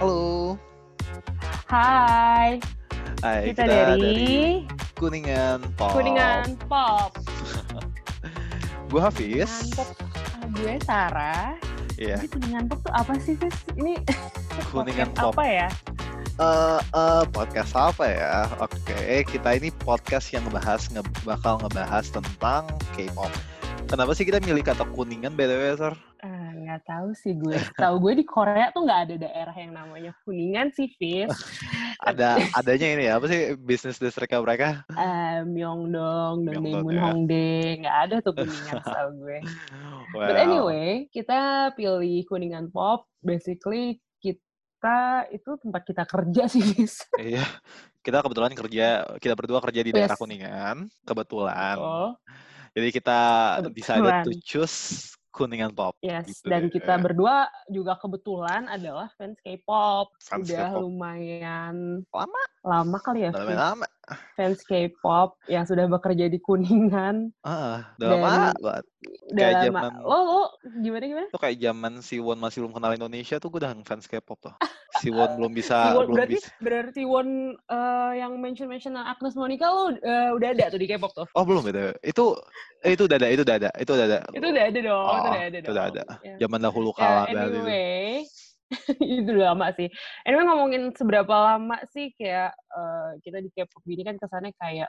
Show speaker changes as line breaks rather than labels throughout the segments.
Halo,
Hai,
Hai,
kita, dari,
Kuningan Pop.
Kuningan Pop.
Gue Hafiz.
Kuningan Pop. Ah, Gue Sarah.
Iya.
Jadi Kuningan Pop tuh apa sih, Fis? Ini
Kuningan
podcast
Pop.
apa ya?
Eh, eh, podcast apa ya? Oke, kita ini podcast yang ngebahas nge bakal ngebahas tentang K-pop. Kenapa sih kita milih kata kuningan btw, Sar?
Ah, Nggak tahu sih gue. Tahu gue di Korea tuh nggak ada daerah yang namanya Kuningan sih, Fis.
Ada adanya ini ya, apa sih bisnis distriknya mereka?
Eh, Myeongdong,
Myeongdong,
Dongdaemun,
ya.
Hongdae. Nggak ada tuh Kuningan, tahu gue. But
Well,
anyway, kita pilih Kuningan Pop. Basically, kita itu tempat kita kerja sih, Fis.
Iya. Kita kebetulan kerja, kita berdua kerja di
Yes.
daerah Kuningan, kebetulan.
Oh,
Jadi kita decided
Kebetulan.
to choose Kuningan Pop.
Yes,
Gitu
dan
deh.
kita berdua juga kebetulan adalah fans K-pop.
Fans
Udah
K-pop.
lumayan
Lama.
lama kali ya Fis,
Lama-lama.
fans K-pop yang sudah bekerja di Kuningan.
Ah, udah
Dan-
lama banget.
Udah
Kayak
lama.
zaman-
Lo, lo gimana gimana?
Itu kayak zaman si Won masih belum kenal Indonesia tuh gue udah fans K-pop tuh. Si Won belum bisa,
Siwon-
Ah, belum
berarti
bisa.
berarti Won eh, yang mention mention Agnes Monica lo eh, udah ada tuh di K-pop tuh.
Oh belum beda. Itu eh, itu dada, itu dada, itu dada.
Itu udah ada dong,
Oh,
itu udah ada
itu
dong.
udah ada.
Ya.
Zaman dahulu
Ya,
kala banget itu.
anyway, itu udah lama sih. Anyway ngomongin seberapa lama sih kayak eh, kita di K-pop gini kan kesannya kayak,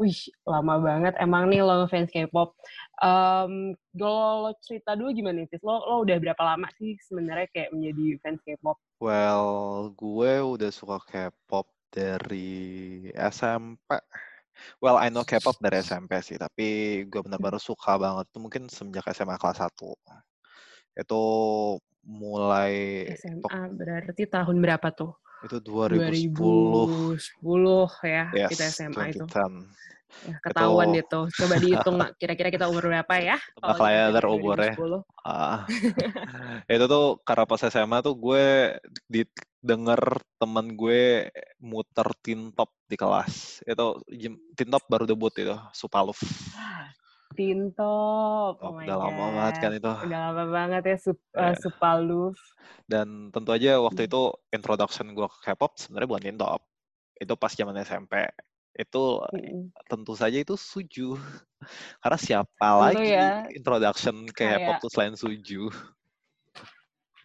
wih lama banget. Emang nih lo fans K-pop. Em lo, lo cerita dulu gimana sih? Lo lo udah berapa lama sih sebenarnya kayak menjadi fans K-pop?
Well, gue udah suka K-pop dari SMP. Well, I know K-pop dari SMP sih, tapi gue benar-benar suka banget tuh mungkin semenjak SMA kelas 1. Itu mulai
SMA berarti tahun berapa tuh?
itu 2010.
2010 ya
Yes,
kita SMA itu.
2010.
Ya, ketahuan
itu-
deh tuh. Coba dihitung kira-kira kita umur berapa ya?
Tebak
Kalau
lah ya
kita
ntar
dari
umurnya.
2010.
Ah. itu tuh karena pas SMA tuh gue didengar temen gue muter tin top di kelas. Itu jim- tin top baru debut itu, Supaluf.
Tintop, oh my
udah lama banget kan
God.
itu.
Udah lama banget ya sup,
Iya.
eh, Supaluf.
Dan tentu aja waktu itu introduction gue ke K-pop sebenarnya bukan tin top. Itu pas zaman SMP. Itu
Mm-mm.
tentu saja itu Suju. Karena siapa
Tentu
lagi
ya.
introduction ke K-pop
Kayak-
tuh selain Suju?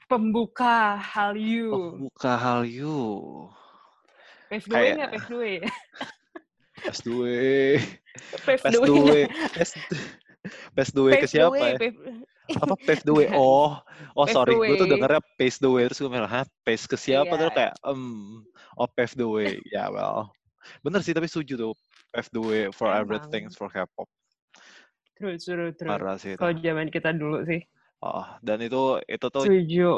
Pembuka Hallyu.
Buka Oh, Hallyu.
Pave the way
kayak-
nggak pave the way?
Pas duwe.
Pave
Pes
the way nggak?
duwe. Pes, pes duwe
Pave
ke
the
siapa
way,
ya?
pave-
Apa pes duwe? Oh, oh
Pave
sorry,
the
gue tuh
way.
dengernya pes duwe terus gue bilang, hah, pes ke siapa? Terus
Iya.
kayak, em, oh pes duwe. Ya well, bener sih tapi setuju tuh pes duwe for
Emang.
everything for K-pop.
True, true, true.
Parah sih
Kalau
itu.
zaman kita dulu sih.
Oh, dan itu itu tuh
Setuju.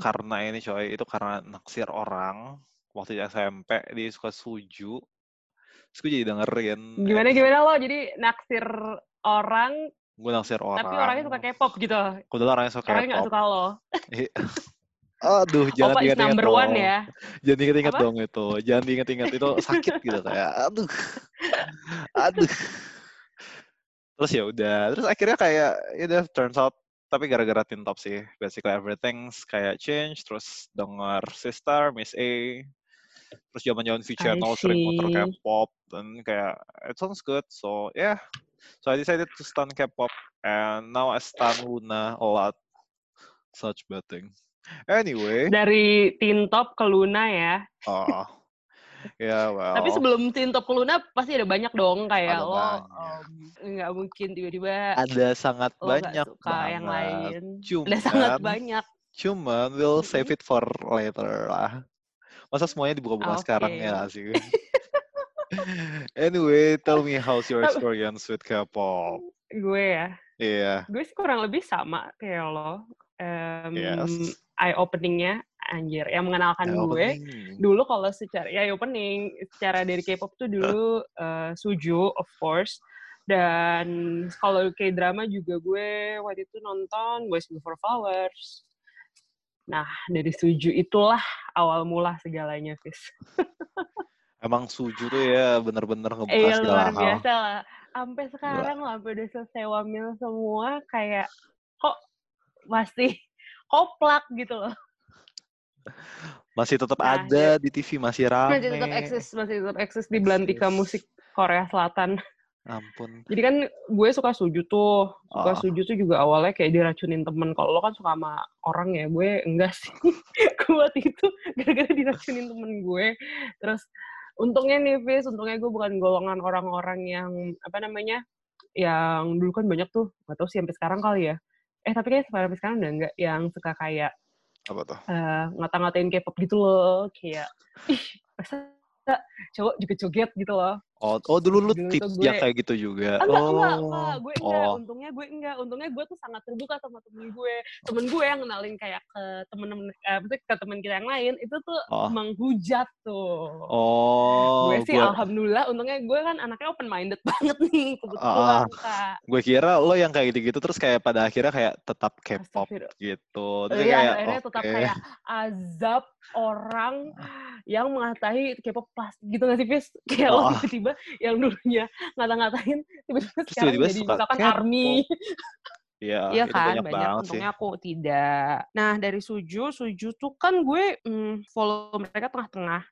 karena ini coy, itu karena naksir orang waktu di SMP dia suka suju. Terus gue jadi dengerin.
Gimana, gimana lo? Jadi naksir orang,
Gue naksir orang.
tapi orangnya suka K-pop gitu.
Kebetulan orangnya suka
Orangnya nggak
K-pop.
suka lo.
Aduh, jangan
Opa Oh, is
diingat-ingat
number
dong.
one ya.
Jangan diingat-ingat
Apa?
dong itu. Jangan diingat-ingat itu sakit gitu kayak aduh. Aduh. Terus ya udah, terus akhirnya kayak ya udah turns out tapi gara-gara tin top sih. Basically everything's kayak change terus denger Sister, Miss A. Terus zaman-zaman V Channel sering muter
see.
K-pop dan kayak it sounds good. So yeah. So I decided to stan K-pop and now I stan Luna a lot. Such bad thing. Anyway,
Dari Tintop ke Luna ya.
Oh. Ya, well.
Tapi sebelum Tintop ke Luna pasti ada banyak dong
Ada
kayak oh, lo
banyak.
em, nggak mungkin tiba-tiba
Iya. ada sangat
lo nggak
banyak
suka yang
banget.
lain. Ada
Cuman-
sangat banyak.
Cuman we'll
Mm-mm.
save it for later lah. Masa semuanya dibuka-buka sekarang ya
Oke.
nggak sih? anyway, tell me how's your experience with K-pop?
Gue ya,
Iya.
gue sih kurang lebih sama kayak lo. Em,
Yes.
Eye openingnya anjir yang mengenalkan
Nah,
Hmm, kan gue.
opening.
Dulu kalau secara ya opening secara dari K-pop tuh dulu eh, Suju of course dan kalau K-drama juga gue waktu itu nonton Boys Before Flowers. Nah, dari Suju itulah awal mula segalanya, Fis.
Emang Suju tuh ya bener-bener ngebuka
Iya
segala
luar
hal.
biasa lah. Sampai sekarang lah, sampai udah selesai wamil semua, kayak kok masih koplak gitu loh.
Masih tetap
Nah,
ada di TV, masih rame.
Masih tetap eksis, masih tetap eksis di
Eksis.
belantika musik Korea Selatan.
Ampun.
Jadi kan gue suka suju tuh, suka
Ah.
suju tuh juga awalnya kayak diracunin temen. Kalau lo kan suka sama orang ya, gue enggak sih. gue waktu itu gara-gara diracunin temen gue. Terus untungnya nih, Fis, untungnya gue bukan golongan orang-orang yang apa namanya, yang dulu kan banyak tuh, gak tau sih sampai sekarang kali ya. Eh tapi kayaknya sampai sekarang udah enggak yang suka kayak
Apa tuh?
eh, ngata-ngatain K-pop gitu loh, kayak ih masa cowok juga joget gitu loh.
Oh, oh dulu lu
Dulu tuh
tips
gue-
yang kayak gitu juga.
Ah, Enggak,
oh.
enggak, enggak. Gue enggak.
Oh.
Untungnya gue enggak. Untungnya gue tuh sangat terbuka sama temen gue. Temen gue yang kenalin kayak ke temen-temen, eh, maksudnya ke temen kita yang lain, itu tuh
Oh.
menghujat tuh.
Oh,
gue sih
gua-
alhamdulillah untungnya gue kan anaknya open minded banget nih
Ah,
kebetulan kak
gue kira lo yang kayak gitu-gitu terus kayak pada akhirnya kayak tetap K-pop
Astagfirullah.
gitu. Terus
Iya,
eh, kayak
akhirnya tetap
oke.
kayak azab orang yang mengatai K-pop plastik gitu nggak sih, Fis? Kayak lo
Ah.
tiba-tiba yang dulunya ngata-ngatain, tiba-tiba sekarang
tiba-tiba
jadi
suka
misalkan
K-pop.
ARMY.
Iya,
Iya
itu
kan,
banyak,
banyak,
banget sih.
untungnya aku tidak. Nah, dari Suju, Suju tuh kan gue mm, follow mereka tengah-tengah.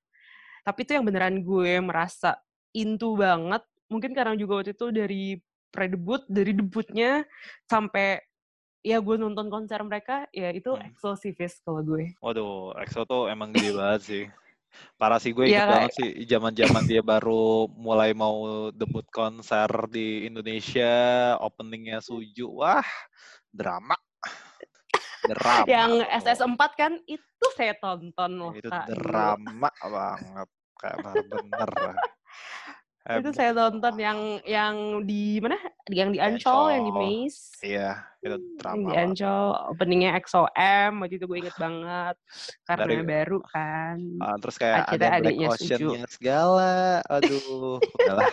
Tapi itu yang beneran gue merasa into banget. Mungkin karena juga waktu itu dari pre-debut, dari debutnya sampai ya gue nonton konser mereka, ya itu
Hmm.
EXO sih, Fis, kalau gue.
Waduh, EXO tuh emang gede banget sih. Parah sih gue inget
Iya, kayak-
banget sih zaman-zaman dia baru mulai mau debut konser di Indonesia, openingnya Suju, wah drama, drama.
yang
loh.
SS4 kan, itu saya tonton loh,
itu
Kak, gitu. dulu.
drama banget, kayak bener-bener. Hebat.
Itu saya tonton yang yang di mana? Yang di Ancol, yang di
Ancol.
Maze.
Iya, itu
Yang
drama.
di
banget.
Ancol openingnya XOM waktu itu gue inget banget karena
Dari-
baru kan
Ah, terus kayak
Akhirnya
ada Black
adiknya
Ocean
Suju.
yang segala. Aduh, udahlah.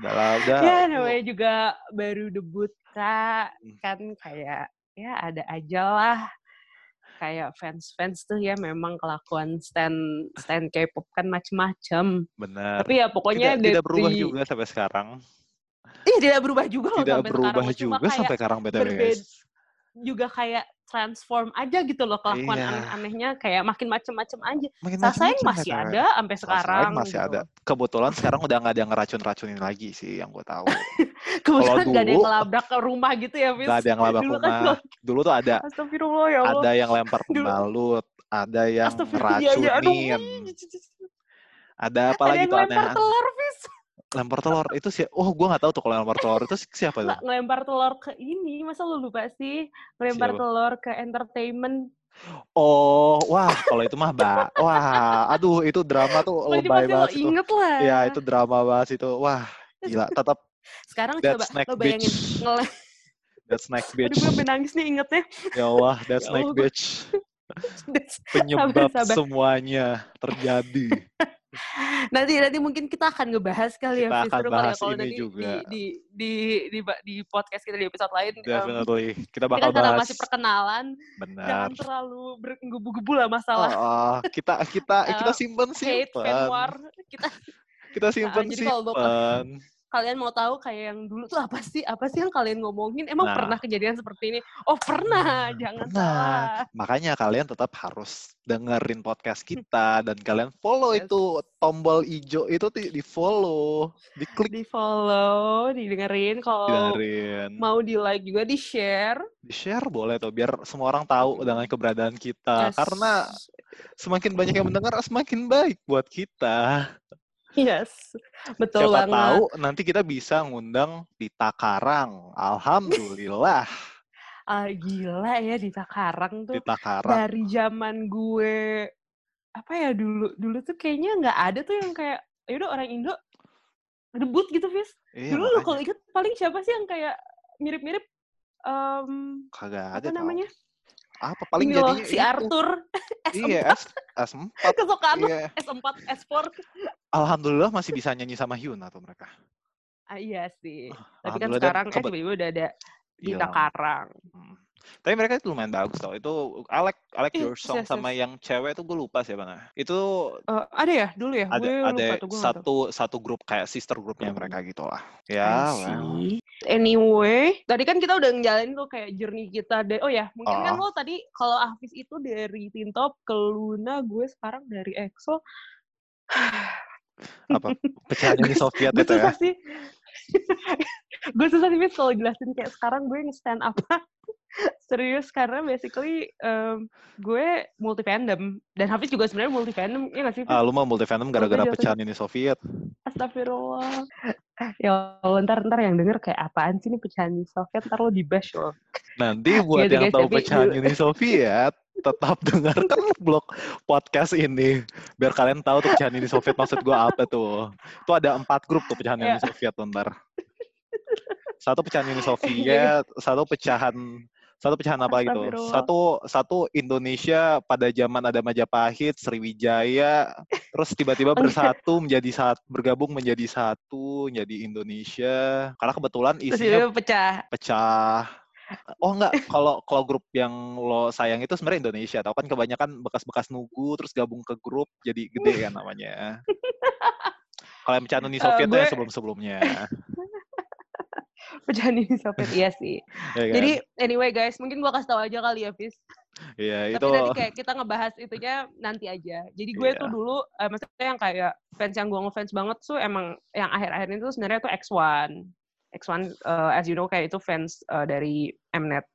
udahlah, udah.
ya
Lu-
namanya juga baru debut kak
iya. Hmm.
kan kayak ya ada aja lah kayak fans-fans tuh ya memang kelakuan stand stand K-pop kan macem-macem
Bener.
tapi ya
tidak,
pokoknya dari
tidak berubah juga sampai sekarang.
Ih, tidak berubah juga loh
Tidak
sampai
berubah
sekarang. Cuma
juga
kayak
sampai sekarang BTW guys.
berbeda- juga kayak transform aja gitu loh kelakuan
Iya.
aneh-anehnya kayak makin macem-macem aja
Makin
Sasaeng
macem-macem
masih
BTW.
ada sampai
Sasaeng
sekarang
masih
gitu
ada. Kebetulan sekarang udah nggak ada yang ngeracun-racunin lagi sih yang gue tahu.
Kebetulan
Kalau
gak ada yang
dulu-
ngelabrak ke rumah gitu ya, Fis?
Gak ada yang labak
Dulu kan
rumah. Dulu tuh ada
Astagfirullah ya Allah.
ada yang lempar
Dulu-
pembalut, ada yang
Astagfirullah ya, ya, aduh.
ngeracunin, ada apa
Ada
lagi
yang
tuh
ngelempar
aneh
telur, Fis.
lempar telur itu sih oh gue nggak tahu tuh kalau lempar telur itu si- siapa tuh
Nggak Ngelempar telur ke ini, masa lu lupa sih? Ngelempar
Siapa?
telur ke entertainment.
oh wah kalau itu mah ba wah aduh itu drama tuh
Pasti
Oh, lebay
pasti lo
banget itu
inget lah.
ya itu drama banget itu wah gila tetap
Sekarang
That
coba
snack
lo bayangin.
bitch.
Ngele...
that snack
Aduh,
bitch
gue sampai nangis nih ingetnya.
ya Allah that
Ya
snack
Allah, gua-
bitch penyebab
Sabar-sabar.
semuanya terjadi
nanti nanti mungkin kita akan ngebahas kali ya,
Kita
Fis.
akan
Seru kali ya
bahas
kalau
ini
nanti
juga.
Di, di, di, di, di podcast kita di episode lain. em,
definitely kita
Ya Kita
bakal
karena
bahas
masih perkenalan,
benar
jangan terlalu bergebu-gebu lah
Oh,
masalah
oh, kita kita kita
Eh,
simpen
hate fan war
simpen
kita
kita simpen
jadi kalau gua-
simpen
kalian mau tahu kayak yang dulu tuh apa sih apa sih yang kalian ngomongin emang
Nah.
pernah kejadian seperti ini oh
Pernah,
pernah jangan
pernah.
salah
Makanya kalian tetap harus dengerin podcast kita dan kalian follow
Yes.
itu tombol ijo itu di, di follow, diklik
di follow didengerin kalau
dengerin,
Oh, mau di like juga di share
di share boleh tuh biar semua orang tahu
Mm-mm.
dengan keberadaan kita
Yes.
Nah, karena semakin banyak yang mendengar semakin baik buat kita.
yes betul
Siapa
banget
tahu nanti kita bisa ngundang Tita Karang. Alhamdulillah
Ah, gila ya di Takarang tuh
Tita Karang.
dari zaman gue apa ya dulu dulu tuh kayaknya nggak ada tuh yang kayak yaudah orang Indo debut gitu Fis
Iya,
dulu lu
makanya.
kalau inget paling siapa sih yang kayak mirip-mirip em,
kagak ada
apa
tahu.
namanya
Apa paling
Ini loh,
jadinya
si
itu.
Arthur S4
Iya, S, S4.
kesukaan lu,
Iya.
S4 S4
Alhamdulillah masih bisa nyanyi sama Hyuna tuh mereka.
ah, iya sih tapi kan
Alhamdulillah dan
sekarang eh
kebe-
tiba-tiba udah ada Gita
Gila.
Karang
Hmm. Iya. Tapi mereka itu lumayan bagus tau. Itu I like, I like
Iya,
your song
yes,
sama
yes.
yang cewek itu gue lupa sih mana. Itu
Eh, ada ya dulu ya?
ada
Gue
ada
lupa tuh, gue nggak tahu.
satu satu grup kayak sister grupnya mereka gitu lah.
I
Ya, well.
see.
Anyway, tadi kan kita udah ngejalanin tuh kayak journey kita dari oh ya, mungkin
Ah.
kan lo tadi kalau Hafiz itu dari Tintop ke Luna, gue sekarang dari E EXO.
apa pecahan Uni Soviet
Gue
itu ya.
susah sih. gue susah sih Fis, kalau jelasin kayak sekarang gue nge-stand apa. Serius karena basically em, gue multi fandom dan Hafiz juga sebenarnya multi fandom ya nggak sih? Fis?
Ah, lu mau multi fandom gara-gara
Multi jatuh.
pecahan Uni Soviet.
Astagfirullah. Ya Allah, ntar ntar yang denger kayak apaan sih nih pecahan Soviet ntar lo dibash oh. lo.
Nanti buat
Gitu,
yang
guys,
tahu
tapi
pecahan
dulu-
Uni Soviet, tetap dengarkan blog podcast ini biar kalian tahu tuh pecahan Uni Soviet maksud gua apa tuh. Itu ada empat grup tuh pecahan
Ya.
Uni Soviet tuh ntar. Satu pecahan Uni Soviet, satu pecahan satu pecahan apa gitu.
Astagfirullah.
Satu satu Indonesia pada zaman ada Majapahit, Sriwijaya, terus tiba-tiba
Oh, iya.
bersatu menjadi saat bergabung menjadi satu, jadi Indonesia. Karena kebetulan
Terus
isinya
tiba-tiba pecah.
pecah. Oh enggak, kalau kalau grup yang lo sayang itu sebenarnya Indonesia, tau kan kebanyakan bekas-bekas nugu terus gabung ke grup jadi gede kan namanya. Kalau yang pecahan Uni
Eh,
Soviet tuh ya
gue-
sebelum-sebelumnya.
Pecahan Uni Soviet iya sih.
Ya kan?
Jadi anyway guys, mungkin gua kasih tahu aja kali ya, Fis.
Iya,
Tapi
itu
tadi kayak kita ngebahas itunya nanti aja. Jadi gue
Iya.
tuh dulu eh, maksudnya yang kayak fans yang gue ngefans banget tuh emang yang akhir-akhir itu sebenarnya tuh X1. X1 eh, as you know kayak itu fans eh, dari Mnet.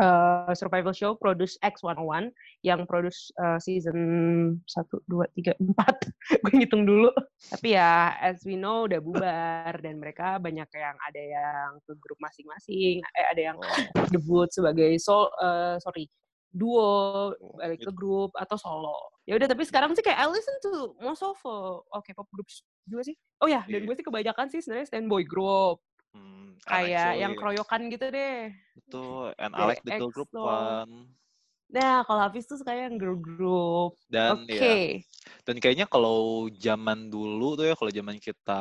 Eh, survival show produce X101 yang produce eh, season 1 2 3 4. gue ngitung dulu. Tapi ya as we know udah bubar dan mereka banyak yang ada yang ke grup masing-masing, eh ada yang debut sebagai sol eh, sorry
Oh,
duo balik
Gitu.
ke grup atau solo ya udah tapi sekarang sih kayak I listen to most of uh, oh, K-pop groups juga sih oh ya dan
Iya.
gue sih kebanyakan sih sebenarnya standby group
Hmm, and
kayak yang
actually,
keroyokan gitu deh
itu and I
dari
like the girl group
EXO.
one.
nah kalau Hafiz tuh kayak yang girl group
Dan
oke
ya, dan kayaknya kalau zaman dulu tuh ya kalau zaman kita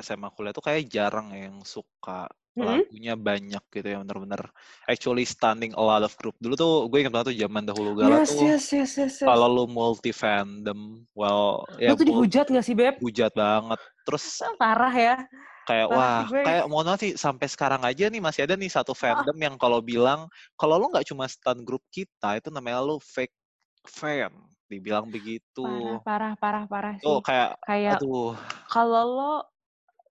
SMA kuliah tuh kayak jarang yang suka
Hmm?
lagunya banyak gitu ya bener-bener actually standing a lot of group dulu tuh gue ingat banget tuh zaman dahulu gala
yes,
tuh
yes yes yes yes
kalau lu multi fandom well ya
Lu
mul-
tuh dihujat gak sih beb
hujat banget terus
parah ya
kayak
parah
wah
sih gue.
kayak mau nanti sampai sekarang aja nih masih ada nih satu fandom yang kalau bilang kalau lu nggak cuma stan grup kita itu namanya lu fake fan dibilang begitu
parah Ya. parah parah parah sih
tuh kayak
kayak
aduh
kalau lo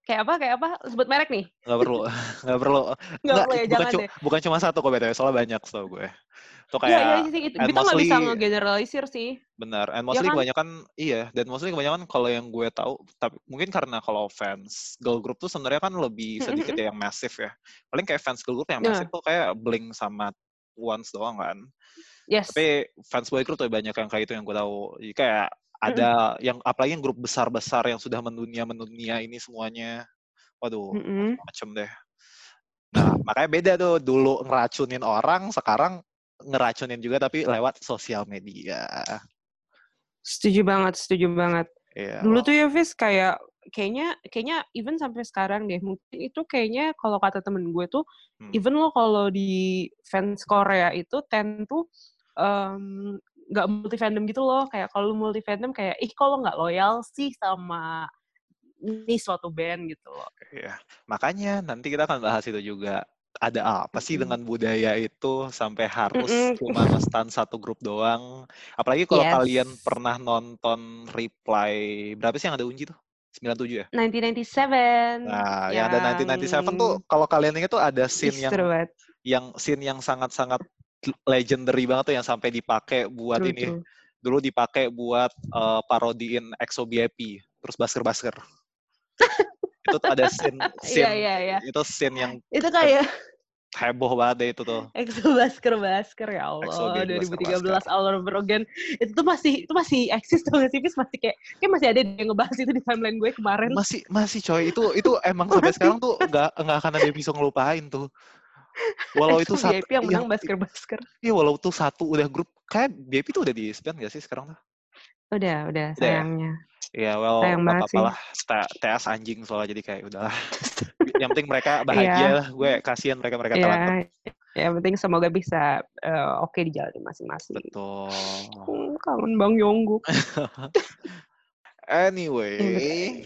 kayak apa kayak apa sebut merek nih
nggak perlu nggak perlu
nggak
Nggak,
boleh ya,
bukan,
jangan
cu-
deh
bukan cuma satu kok btw soalnya banyak tau gue tuh
Iya,
kayak
iya sih itu.
and
Kita nggak bisa
mostly-
ngegeneralisir sih.
Benar, and mostly
kan?
kebanyakan iya, dan mostly kebanyakan kalau yang gue tahu, tapi mungkin karena kalau fans girl group tuh sebenarnya kan lebih
Mm,
sedikit ya yang masif ya. Paling kayak fans girl group yang
Nah.
masif tuh kayak Blink sama Once doang kan.
Yes.
Tapi fans boy group tuh banyak yang kayak itu yang gue tahu. Jadi kayak ada yang apalagi yang grup besar-besar yang sudah mendunia mendunia ini semuanya. Waduh,
Mm-mm.
macem deh. Nah, makanya beda tuh dulu ngeracunin orang, sekarang ngeracunin juga tapi lewat sosial media.
Setuju banget, setuju banget.
Iya.
Dulu tuh ya Fis kayak kayaknya kayaknya even sampai sekarang deh mungkin itu kayaknya kalau kata temen gue tuh
Hmm.
even lo kalau di fans Korea itu tentu em, nggak multi fandom gitu loh kayak kalau lo multi fandom kayak ih kalau nggak loyal sih sama ini suatu band gitu loh
Iya, makanya nanti kita akan bahas itu juga. Ada apa sih dengan budaya itu sampai harus
Mm-mm.
cuma nge-stan satu grup doang? Apalagi kalau
Yes.
kalian pernah nonton Reply, berapa sih yang ada Unji tuh? 97 ya?
1997
Nah, yang, ada 1997 tuh
yang-
kalau kalian ingat tuh ada scene
Ih,
yang
seru banget.
yang scene yang sangat-sangat legendary banget tuh yang sampai dipakai buat
True,
ini.
true.
Dulu dipakai buat eh, parodiin EXO BIP, terus basker-basker. itu tuh ada scene scene
Iya, iya, iya.
itu scene yang
Itu kayak
heboh banget deh itu tuh.
EXO Basker Basker ya
EXO
Allah
Basker,
2013
Basker.
All Over Again itu tuh masih itu masih eksis tuh nggak sih Fis? masih kayak kayak masih ada yang ngebahas itu di timeline gue kemarin
Masih masih coy itu itu emang sampai
Masih.
sekarang tuh nggak nggak akan ada yang bisa ngelupain tuh. Walau itu
EXO
satu
VIP yang menang
iya,
Basker Basker
iya, walau tuh satu udah grup kayak BIP itu udah di spend gak sih sekarang tuh?
udah udah
Udah ya?
sayangnya
Iya, well
Sayang
nggak
banget sih.
apa-apalah. T- TS anjing soalnya jadi kayak udahlah. yang penting mereka bahagia
Iya.
lah. Gue kasihan mereka mereka
ya
telat.
yang penting semoga bisa eh, oke di jalan masing-masing.
Betul.
Hmm, kangen Bang Yongguk.
Anyway,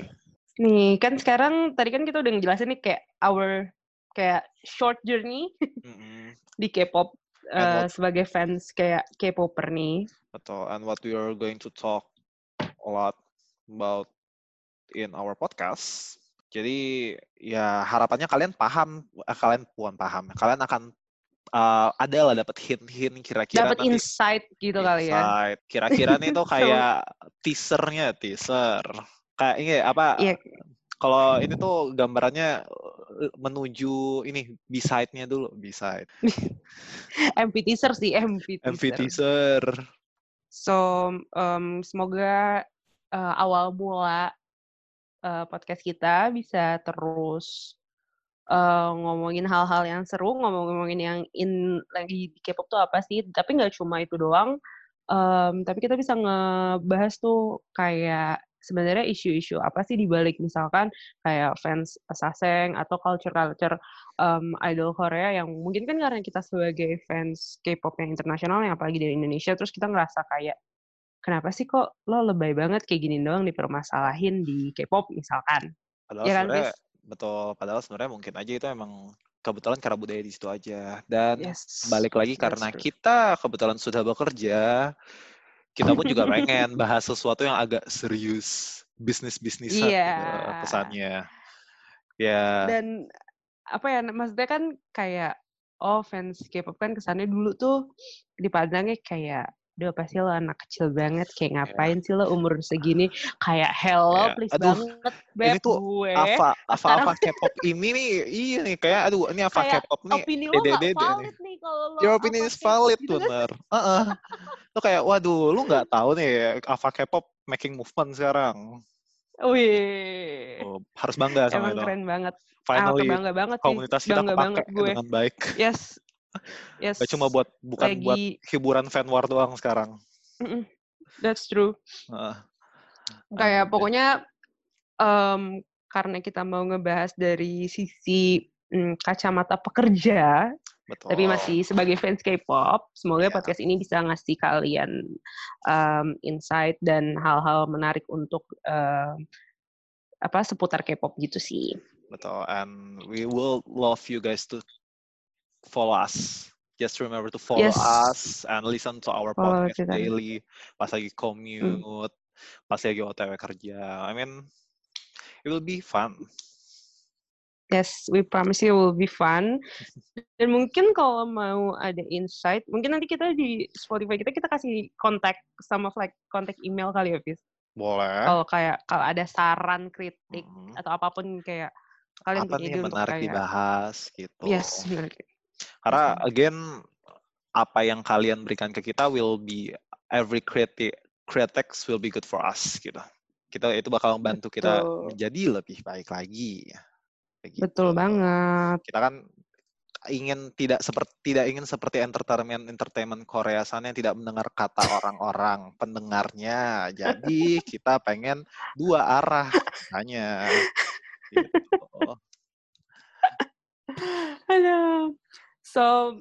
Nih, kan sekarang tadi kan kita udah ngejelasin nih kayak our kayak short journey
mm-mm,
di K-pop eh,
And what-
sebagai fans kayak K-popper nih.
betul. And what we are going to talk a lot about in our podcast. Jadi ya harapannya kalian paham, eh, kalian bukan paham, kalian akan eh, ada lah dapat hint-hint kira-kira
Dapat
nanti
insight gitu kali ya.
Insight. Kira-kira nih tuh kayak teasernya, teaser. Kayak ini apa?
Iya.
Kalau ini tuh gambarannya eh, menuju ini beside-nya dulu, beside.
MV teaser sih, MV teaser.
MV teaser.
So, um, semoga uh, awal mula uh, podcast kita bisa terus uh, ngomongin hal-hal yang seru, ngomong-ngomongin yang in lagi di K-pop tuh apa sih? Tapi nggak cuma itu doang. Um, tapi kita bisa ngebahas tuh kayak sebenarnya isu-isu apa sih di balik misalkan kayak fans Saseng atau culture-culture um, idol Korea yang mungkin kan karena kita sebagai fans K-pop yang internasional yang apalagi dari Indonesia terus kita ngerasa kayak kenapa sih kok lo lebay banget kayak gini doang dipermasalahin di K-pop misalkan
Padahal
Iya kan,
Oh, sebenarnya
Chris?
betul. Padahal sebenarnya mungkin aja itu emang kebetulan karena budaya di situ aja. Dan
yes
kan balik lagi
that's
karena
true.
kita kebetulan sudah bekerja, kita pun juga pengen bahas sesuatu yang agak serius, bisnis-bisnisan gitu
Iya.
kesannya. Ya,
dan apa ya maksudnya kan kayak oh fans K-pop kan kesannya dulu tuh dipandangnya kayak udah pasti lo anak kecil banget kayak ngapain sih lo umur segini kayak hello
Iya.
please
Aduh,
banget beb
tuh
gue
apa apa
sekarang-
apa K-pop ini nih iya nih kayak aduh ini apa
Kayak
K-pop nih
opini lo nggak
dede-dede nih.
valid nih kalau lo
your opinion is
apa sih,
valid
gitu kan.
bener Heeh. Lu kayak waduh lu nggak tahu nih apa K-pop making movement sekarang
Wih,
Oh, harus bangga sama
emang
itu
keren banget. Ah,
finally
bangga banget sih.
komunitas kita
Bangga
kepake
banget gue.
dengan baik
Yes, yes.
gak cuma buat bukan
lagi,
buat hiburan fan war doang sekarang
Mm-mm, that's true.
Heeh.
Kayak
Aduh,
pokoknya em, karena kita mau ngebahas dari sisi mm, kacamata pekerja,
betul.
tapi masih sebagai fans K-pop, semoga
Iya.
podcast ini bisa ngasih kalian em, insight dan hal-hal menarik untuk em, apa seputar K-pop gitu sih.
Betul. And we will love you guys to follow us. Just remember to follow
Yes.
us and listen to our
Follow
podcast
kita. Hmm.
daily. Pas lagi commute, pas lagi OTW kerja. I mean, it will be fun.
Yes, we promise you will be fun. Dan mungkin kalau mau ada insight, mungkin nanti kita di Spotify kita kita kasih kontak sama flag kontak email kali ya, Fis.
Boleh.
Kalau kayak kalau ada saran, kritik
Mhm.
atau apapun kayak kalian
Apa
punya
nih
ide
yang
untuk
menarik
kayak
dibahas gitu.
Yes, benar.
Karena
Iya.
again, apa yang kalian berikan ke kita will be every critic critics will be good for us gitu. Kita itu bakal membantu kita
Betul.
menjadi lebih baik lagi. Kayak
Betul
gitu.
banget.
kita kan ingin tidak seperti tidak ingin seperti entertainment entertainment Korea sana yang tidak mendengar kata orang-orang pendengarnya jadi kita pengen dua arah hanya gitu.
Halo. So,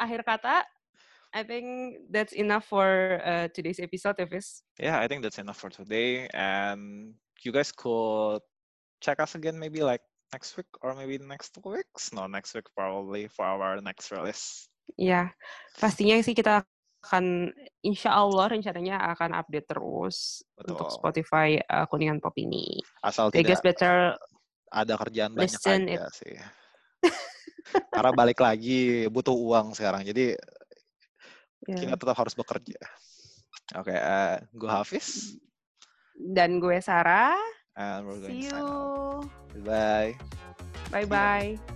akhir kata, I think that's enough for uh, today's episode, ya, Fis.
yeah I think that's enough for today and you guys could check us again maybe like next week or maybe next two weeks no next week probably for our next release
Ya, pastinya sih kita akan insya Allah rencananya akan update terus untuk
Betul.
Spotify uh, Kuningan Pop ini.
asal
I guess
tidak
better
ada kerjaan banyak
Listen,
aja sih. Karena balik lagi butuh uang sekarang. Jadi kita
ya.
tetap harus bekerja. Oke, eh, gue Hafiz.
dan gue Sarah.
And we're going Iya.
See
to
you.
sign out. Bye.
Bye bye.